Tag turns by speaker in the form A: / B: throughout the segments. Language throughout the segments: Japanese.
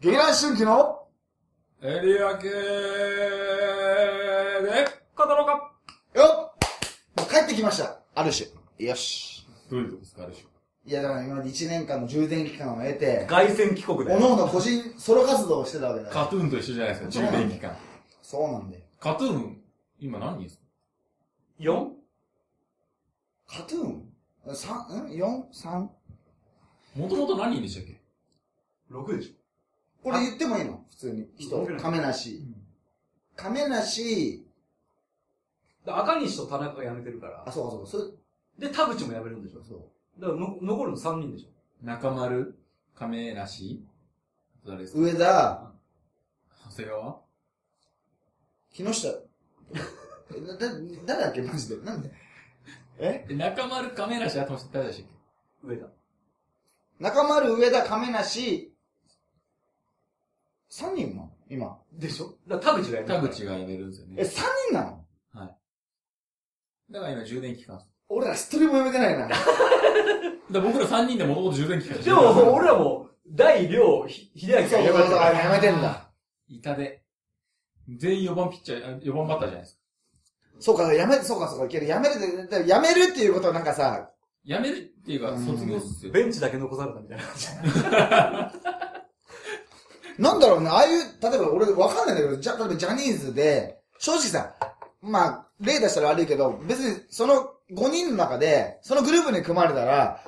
A: 劇団春季の
B: エリア系で語ろうか
A: よっ帰ってきました。ある種。よし。
B: どういうことですか、ある種。
A: いや、だから今まで1年間の充電期間を得て、
B: 凱旋帰国
A: 各
B: で。
A: 々個人ソロ活動をしてたわけだから。
B: カトゥーンと一緒じゃないですか、充電期間。
A: そうなんだよ。
B: カトゥーン、今何人ですか
C: 4?
A: カトゥーン ?3? ん ?4? 3?
B: もともと何人でしたっけ
C: 6でし
A: これ言ってもいいの普通に。人。亀梨。亀梨、
C: ょ。だ赤西と田中が辞めてるから
A: あ、。そうかそうか、それ、
C: で、田口も辞めるんでしょ。
A: そう。
C: だからの残るの3人でしょ。
B: 中丸、亀梨、誰ですか
A: 上田、
B: 長谷川
A: 木 下。えだ、だ、誰だっけマジで。なんでえ
B: え中丸、亀梨、あと誰でしたっけ
C: 上田。
A: 中丸、上田、亀梨、3人も今。
C: でしょだから田口が辞めるか
B: 田
C: ら。
B: 口が辞めるんですよ
A: え、3
B: ね。
A: 人なの
B: だから今充電期間。だか
A: 俺ら一人も読めてないな。
B: ら僕ら3人でもともと充電期間
C: でも、もう俺らも、大、良、ひ秀明が
A: そう
C: 辞め
A: そうそう、
C: るから。
A: やめてんだ。
B: 板で。全員4番ピッチャー、あ4番バッターじゃないですか。
A: そうか、やめて、そうか、そうか、けど、やめるって、やめるっていうことはなんかさ、
B: 辞めるっていうか、卒業っすよ。
C: ベンチだけ残されたみたいな。
A: なんだろうね、ああいう、例えば俺わかんないんだけど、じゃ、例えばジャニーズで、正直さ、まあ、例出したら悪いけど、別にその5人の中で、そのグループに組まれたら、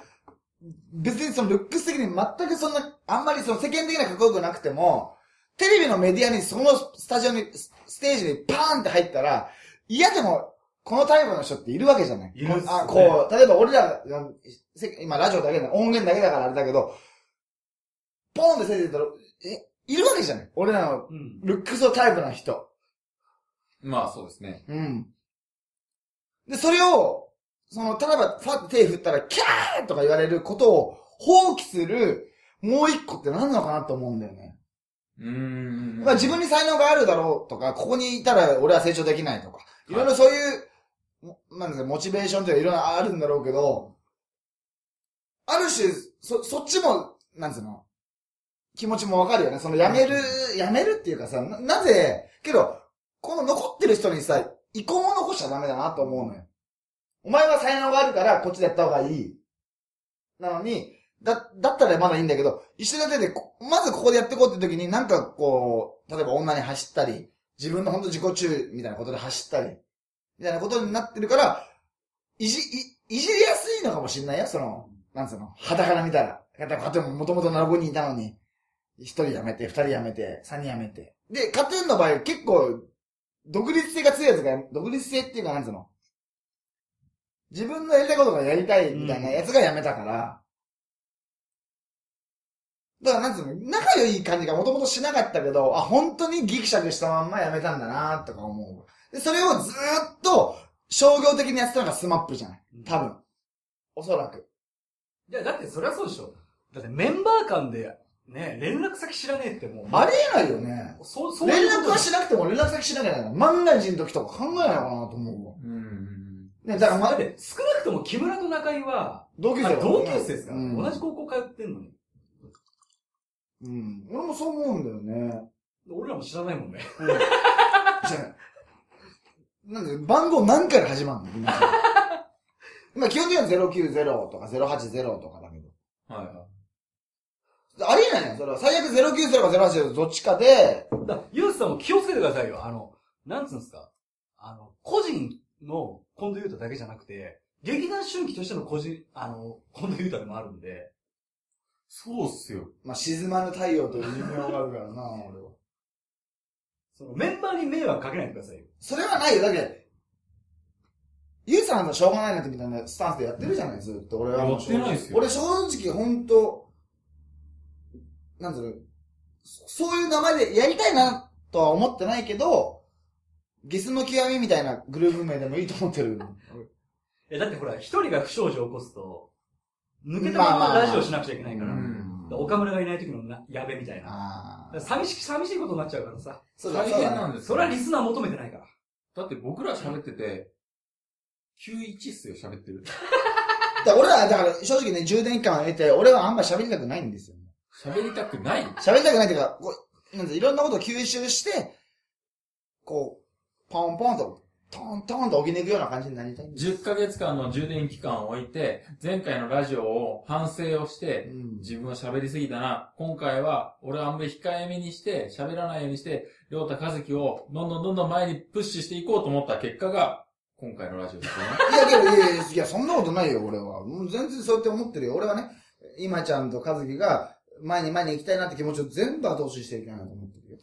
A: 別にそのルックス的に全くそんな、あんまりその世間的なかっこよくなくても、テレビのメディアにそのスタジオに、スステージにパーンって入ったら、嫌でも、このタイプの人っているわけじゃない
C: いるっすね
A: あ、こう、例えば俺らが、せ今ラジオだけだ、音源だけだからあれだけど、ポンって出てたら、え、いるわけじゃない俺らの
C: うん。
A: ルックスのタイプな人。
B: まあそうですね。
A: うん。で、それを、その、例えば、ファッて手振ったら、キャーとか言われることを放棄する、もう一個って何なのかなと思うんだよね。
B: うーん。
A: まあ自分に才能があるだろうとか、ここにいたら俺は成長できないとか、いろいろそういう、まなんですか、モチベーションというかいろいろあるんだろうけど、ある種、そ、そっちも、なんつうの、気持ちもわかるよね。その、やめる、やめるっていうかさ、な、なぜ、けど、この残ってる人にさ、遺恨を残しちゃダメだなと思うのよ。お前は才能があるから、こっちでやった方がいい。なのに、だ、だったらまだいいんだけど、一緒にやってて、こまずここでやっていこうって時に、なんかこう、例えば女に走ったり、自分の本当自己中みたいなことで走ったり、みたいなことになってるから、いじ、い、いじりやすいのかもしんないよ、その、なんつうの、肌から見たら。だから、カトゥーンももともと7人いたのに、1人辞めて、2人辞めて、3人辞めて。で、カトゥーンの場合結構、独立性が強いやつが、独立性っていうか、なんつうの、自分のやりたいことがやりたいみたいなやつが辞めたから、だから、なんつうの、仲良い感じがもともとしなかったけど、あ、本当にギクシャクしたまんま辞めたんだなとか思う。で、それをずーっと、商業的にやってたのがスマップじゃない多分。おそらく。
C: いや、だってそりゃそうでしょ。だってメンバー間で、ね、連絡先知らねえってもう。
A: ありえないよね。
C: そう、そうい
A: 連
C: う
A: 絡
C: こと
A: はしなくても連絡先しなきゃいけない。万が一の時とか考えないのかなと思
B: うんうんうん。
A: うわ。ね、だから
C: だ
A: ま
C: っ、て、少なくとも木村と中井は、
A: 同級生
C: あ
A: だからね
C: 同級生ですから、
A: うん
C: 同じ高校通ってんのに。
A: うん。俺もそう思うんだよね。
C: 俺らも知らないもんね。
A: うんじゃあなんで、番号何回で始まるの 皆さん今、基本的には090とか080とかだけど。
B: はいは
A: ありえないやん、それは。最悪090か080どっちかで、
C: だからユースさんも気をつけてくださいよ。あの、なんつうんですか。あの、個人のコンドユータだけじゃなくて、劇団春季としての個人、あの、コンドユータでもあるんで、
B: そうっすよ。
A: まあ、沈まぬ太陽という寿命があるからな、俺は。
C: そのメンバーに迷惑かけないでくださいよ。
A: それはないよ。だって、ゆうさんはしょうがないなってみたいなスタンスでやってるじゃない、ずっと。俺はもう
B: やってないっすよ
A: 俺正直ほんと、なんつうの、そそういう名前でやりたいなとは思ってないけど、ゲスの極みみたいなグループ名でもいいと思ってる。
C: え、だってほら、一人が不祥事を起こすと、抜けた
A: まあ
C: ま
A: まあま
C: ま
A: あ
C: ラジオしなくちゃいけないから、
B: う
C: だか
B: ん
C: ら岡村がいない時のなやべみたい
A: あ
C: な。だ
A: あ
C: から。寂しい、寂しいことになっちゃうからさ。
A: そうだ、
B: 大
A: そう
B: 変
A: だ
B: な
A: ね。
B: んです
C: そ
B: よ
C: れはリスナー求めてないから。
B: だって僕ら喋ってて、91っすよ、喋ってる。
A: だから俺ら、だから正直ね、充電期間を得て、俺はあんまり喋りたくないんですよ。
B: 喋りたくない
A: 喋りたくないっていうか、こう、なんていろんなことを吸収して、こう、ポンポンと、トントンと起きに行くような感じになりたいんです。
B: ?10 ヶ月間の充電期間を置いて、前回のラジオを反省をして、
A: うん。
B: 自分は喋りすぎたな。今回は、俺はあんまり控えめにして、喋らないようにして、りょうたかずきを、どんどんどんどん前にプッシュしていこうと思った結果が、今回のラジオですよね。
A: いや、けど、いやいや、いや、そんなことないよ、俺は。もう全然そうやって思ってるよ。俺はね、今ちゃんと和樹が、前に前に行きたいなって気持ちを全部後押ししていけないなと思ってるよ。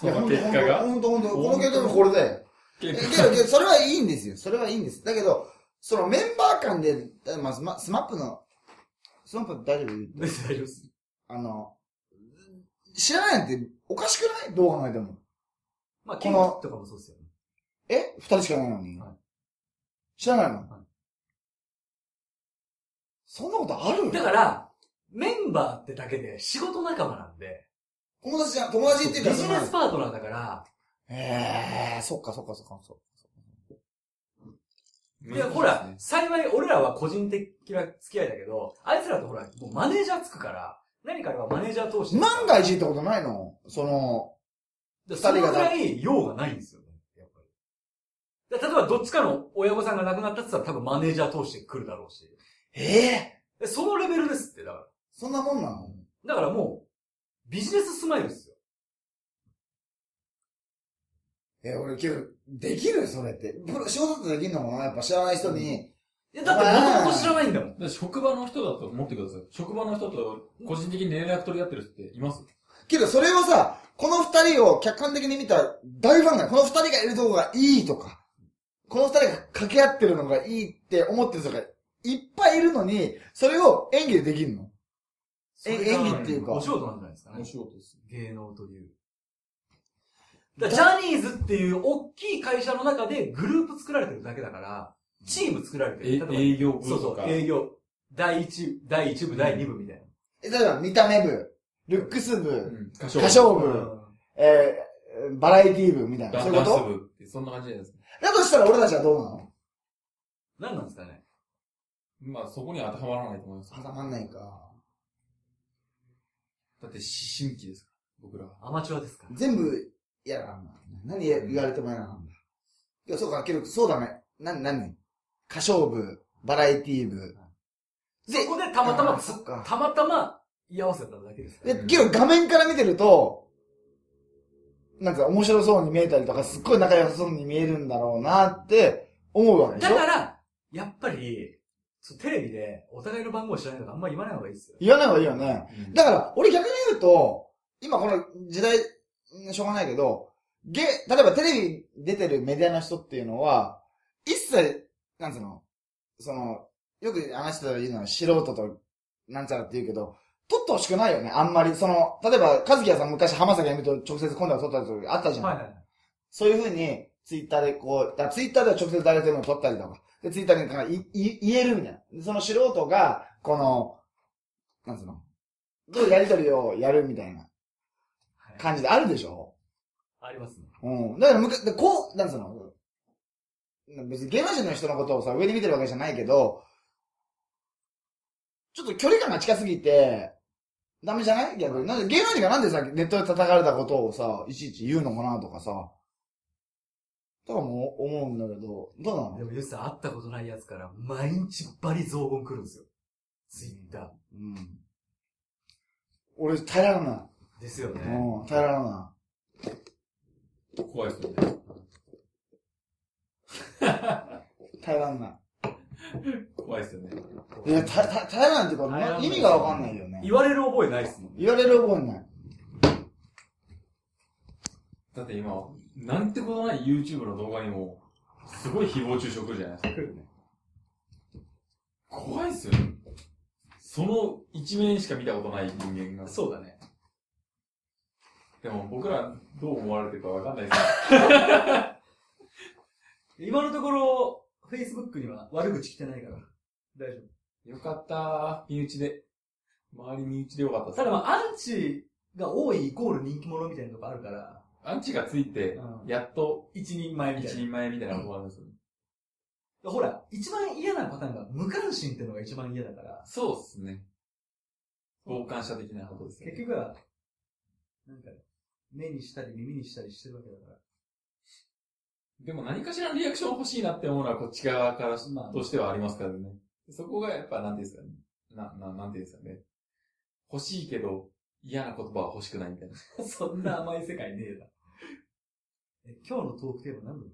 B: その結果が。
A: ほんとほんと、ほんとこの結果がこれだよ。え
B: 結
A: け
B: 果
A: ど、けどそれはいいんですよ。それはいいんです。だけど、そのメンバー間で、まあ、スマスマップの、スマップ大丈夫言って
C: 大丈夫です。
A: あの、知らないなんておかしくないどう考えても。
C: まあ、
A: こ
C: ケン
A: の
C: とかもそうですよね。
A: え二人しかいないのに。
C: はい
A: 知らないの、
C: はい
A: そんなことある
C: だから、メンバーってだけで仕事仲間なんで、
A: 友達じゃん、友達っ
C: ビ
A: て
C: ジ
A: いうか
C: ネ
A: その
C: スパートナーだから、
A: ええー、そっかそっかそっかそっか。
C: いや、ほら、幸い俺らは個人的な付き合いだけど、あいつらとほら、もうマネージャーつくから、何かあればマネージャー通して。
A: 万が一ってことないのその、
C: 二
A: 人が
C: そのぐらい用がないんですよね。やっぱり。だ例えばどっちかの親御さんが亡くなったって言ったら多分マネージャー通して来るだろうし。
A: ええ
C: でそのレベルですって、だか
A: そんなもんなの
C: ら。だからもう、ビジネススマイルですよ。
A: え、俺、けど、できるそれって。プロ仕事ってできんのかなやっぱ知らない人に。
C: いや、だって元々知らないんだもん。
B: で職場の人だと思ってください。職場の人と個人的に連絡取り合ってる人っています
A: けど、それをさ、この二人を客観的に見たら大ファンが、この二人がいるとこがいいとか、この二人が掛け合ってるのがいいって思ってる人がいっぱいいるのに、それを演技でできんのえ
C: それが
A: 演技っていうか
C: お仕事なんじゃないですかね。
B: 事です。
C: 芸能という。だからジャニーズっていう大きい会社の中でグループ作られてるだけだから、チーム作られてる。
B: え
C: 例えば
B: 営業部
C: そう
B: と
C: そう
B: か、。
C: 営業。第一、第一部、第二部みたいな。
A: え例えば、見た目部、ルックス部、
B: うん歌
A: 歌唱部、
C: うん
A: えーバラエティ部みたいな。
B: ダ
A: そ
B: ン
A: ういう
B: ダ
A: こ
B: ンス
A: と
B: 部って、そんな感じじゃないですか。
A: だとしたら俺たちはどうなの
C: 何なんですかね。
B: まあ、そこには当てはまらないと思います。
A: 当てはまんないか。
B: だって、思春期ですから、僕らは。
C: アマチュアですから。
A: 全部嫌だな。何や言われても嫌なんだ。いや、そうか、けど、そうだね。な、なに歌唱部、バラエティ部。で
C: そこでたまたま
A: あ
C: つ
A: そっか、
C: たまたま居合わせただけですから。
A: で、けど画面から見てると、なんか面白そうに見えたりとか、すっごい仲良さそうに見えるんだろうなって思うわけでし
C: だ
A: ょ
C: から、やっぱり、そうテレビでお互いの番号知らないとかあんま言わない方がいいですよ。
A: 言わない方がいいよね。
B: うん
A: だから、俺逆に言うと、今この時代、んしょうがないけど、ゲ、例えばテレビ出てるメディアの人っていうのは、一切、なんつうの、その、よく話してたら言うのは素人と、なんちゃらって言うけど、撮ってほしくないよね、あんまり。その、例えば、和樹やさん昔浜崎あゆみと直接今度は撮った時あったじゃん。
C: はいはいはい。
A: そういうふうに、ツイッターでこう、だからツイッターでは直接誰でも撮ったりとか、で、ツイッターになんかいい言えるみたいな。でその素人が、この、なんつうの、どういうやりとりをやるみたいな
C: はい
A: 感じであるでしょ
C: ありますね。
A: うん。だからむか、でこう、なんつうの、別に芸能人の人のことをさ、上に見てるわけじゃないけど、ちょっと距離感が近すぎて、ダメじゃない逆に。なんで芸能人がなんでさ、ネットで叩かれたことをさ、いちいち言うのかなとかさ、とかも思うんだけど、どうなの
C: でも、ゆうさん会ったことないやつから、毎日バリ増言来るんですよ。ツイッタ
A: うん。俺、耐えられな
C: ー。ですよ
A: い。
C: ね。
A: うん、耐えられな
B: 怖いですよね。
A: い。耐えられない。
B: 怖いですよね。
A: いや、たた耐えられないっていうか、
C: 耐えられない
A: 意味がわかんないよね。
C: 言われる覚えないですもんね。
A: 言われる覚えない。
B: だって今、なんてことない YouTube の動画にも、すごい誹謗中傷来るじゃないですか。怖いっすよね。その一面しか見たことない人間が。
C: そうだね。
B: でも僕らどう思われてるかわかんないですけ
C: 今のところ、Facebook には悪口来てないから。大丈夫。
B: ど。よかったー。身内で。周り身内でよかったっす
C: ただまあ、アンチが多いイコール人気者みたいなとこあるから、
B: アンチがついて、
C: うん
B: やっと
C: 一人前み
B: 一
C: たいな。
B: 人前みたいなことなんですよね。
C: ほら、一番嫌なパターンが無関心ってのが一番嫌だから、
B: そうっすね。傍観者的なことですよ
C: 結
B: ね。
C: 局は、なんか、目にしたり耳にしたりしてるわけだから。
B: でも何かしらのリアクション欲しいなって思うのはこっち側からし
C: まあ
B: としてはありますからね。そこがやっぱ、なんていうんですかね。な、な、なんていうんですかね。欲しいけど、嫌な言葉は欲しくないみたいな。
C: そんな甘い世界ねえな。 え、今日のトークテーマ何だ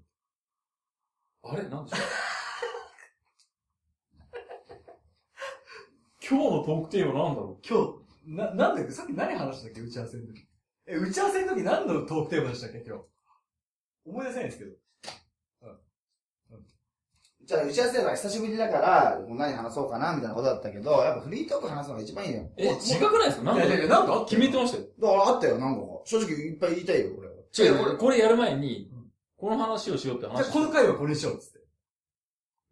B: あれなんでしょう 今日のトークテーマなんだろ
C: 今日、な、なんだっけさっき何話したっけ打ち合わせの時。え、打ち合わせの時何のトークテーマでしたっけ今日。思い出せないんですけど。
A: じゃあ、打ち合わせだから久しぶりだから、もう何話そうかな、みたいなことだったけど、やっぱフリートーク話すのが一番いいよ。
B: うえ、違くないですかなんか、
C: いやいやいやなんかあった
B: 決めてましたよ。
A: だからあったよ、なんか。正直いっぱい言いたいよ、これは。
B: 違う、これ、これやる前に
C: うん、
B: この話をしようって
C: じゃあ
B: 話。
C: この回はこれにしようっつって。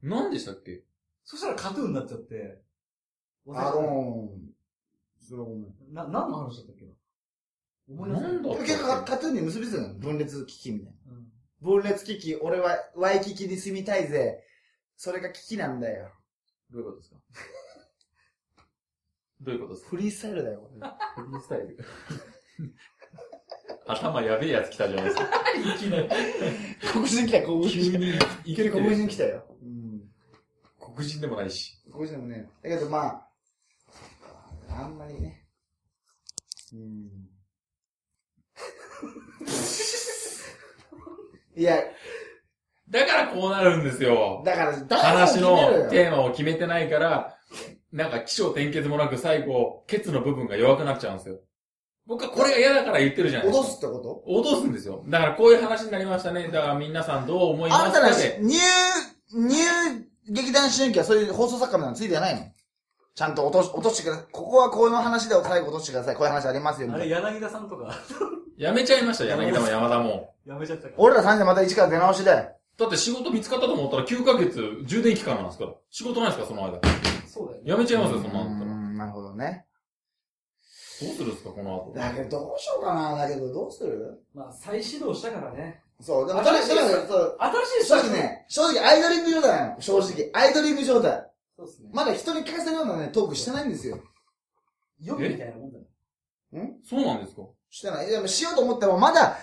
B: 何でしたっけ
C: そしたらカトゥーンになっちゃって。
A: あのー、それはごめん。
C: な、何の話だったっけな思い出せ
B: な
C: ない。
B: んだったっけ
A: 結局、タトゥーに結びついてるの分裂危機みたいな。
C: うん
A: 分裂危機、俺はワイキキに住みたいぜ。それが危機なんだよ。
B: どういうことですかどういうことですか
A: フリースタイルだよ、これ。
B: フリースタイル。 頭やべえやつ来たじゃないですか。いきなり。
A: 黒人来たよ、黒人。
B: 急に、い
A: いきなり黒人来
B: た。
A: たよ。うん。
B: 黒人でもないし。
A: 黒人でもね。だけどまあ、あんまりね。うん。いや、
B: だからこうなるんですよ。
A: だから、誰
B: 話
A: も
B: の
A: 決めるよ。
B: テーマを決めてないから、なんか起承転結もなく最後、ケツの部分が弱くなっちゃうんですよ。僕はこれが嫌だから言ってるじゃないです
A: 脅
B: か。
A: すってこと
B: 脅すんですよ。だからこういう話になりましたね。だから皆さんどう思いま
A: あ
B: す
A: なた
B: からで、
A: ニュー、ニュー劇団春季はそういう放送作家みたいなのついてないのちゃんと落とし、落としてください。ここはこの話で最後落としてください。こういう話ありますよ。み
C: あ
A: たい
C: れ、
A: な
C: 柳田さんとか、
B: やめちゃいました、柳田も山田も。
C: やめちゃったから。
A: 俺ら3人でまた一から出直しで。
B: だって仕事見つかったと思ったら9ヶ月充電期間なんですから。仕事ないですか、その間。
C: そうだよね。
B: やめちゃいますよ、そん
A: う
B: なのだったら。ど
A: ん、なるほどね。
B: うするんですか、この後。
A: だけど、どうしようかな。だけど、どうする
C: まあ、再始動したからね。
A: そう、でも、
C: 新し
A: だ
C: い
A: からそう
C: 新しい
A: 正直。ね、正直アイドリング状態なの。正直、アイドリング状態。
C: そうですね。
A: まだ人に聞かせるようなね、トークしてないんですよ。
C: 予備みたいなもんだね。
B: そうなんですか
A: してない。でも、しようと思っても、まだ、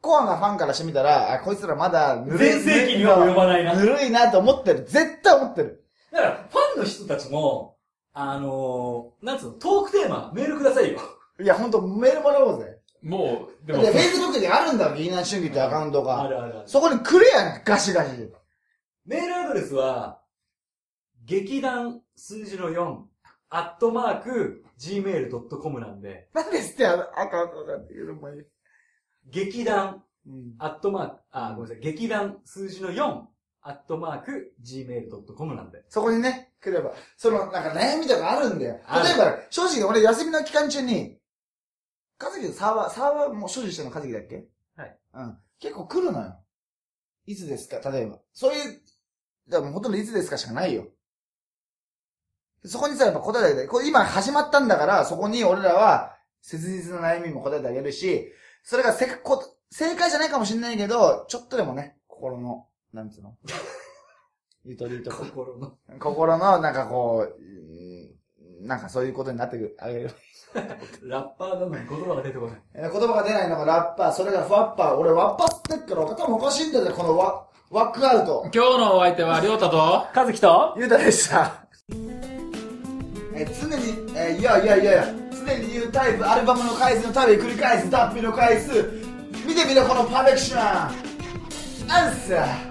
A: コアなファンからしてみたら、あ、こいつらまだ、ぬるい
C: 全盛期には及ばないな。
A: ぬるいなと思ってる。絶対思ってる。
C: だから、ファンの人たちも、あのー、なんつうの、トークテーマ、メールくださいよ。
A: いや、ほんと、メールもらおうぜ。
B: もう、で
A: で、
B: も、
A: Facebook にあるんだよ、ギーナ春季ってアカウント
C: あ
A: が。
C: るあるある。
A: そこに来るやん、ガシガシ。
C: メールアドレスは、劇団数字の4、アットマーク、gmail.com なんで、
A: なんですって、あのアカウントがっていうのもいい。
C: 劇団、
A: うん。
C: アットマーク、あ、ごめんなさい、劇団数字の4、アットマーク、gmail.com なんで。
A: そこにね、来れば。その、なんか悩みとかあるんだよ。
C: ある
A: 例えば、正直俺休みの期間中に、かずきとサーバー、サーバーも所持してるのかずきだっけ
C: はい。
A: うん。結構来るのよ。いつですか例えば。そういう、だからもうほとんどいつですかしかないよ。そこにさ、やっぱ答えてあげて、これ今始まったんだから、そこに俺らは、切実な悩みも答えてあげるし、それがせこ正解じゃないかもしれないけど、ちょっとでもね、心の、なんつ うのゆとりとか。
C: 心の。
A: 心の、なんかこううん、なんかそういうことになってくあげる。
C: ラッパーなのに言葉が出てこない。
A: えー言葉が出ないのがラッパー、それがフワッパー。俺ワッパーってっから頭おかしいんだよ、このワ、ワックアウト。
B: 今日のお相手は、りょうたと、
C: かずきと
A: ゆうたでした。えー常に、えーいやいやいやいや、常に言うタイプ、アルバムの回数のたび繰り返す、脱皮の回数。見てみろ、このパーフェクション。アンサー。
B: 啊啊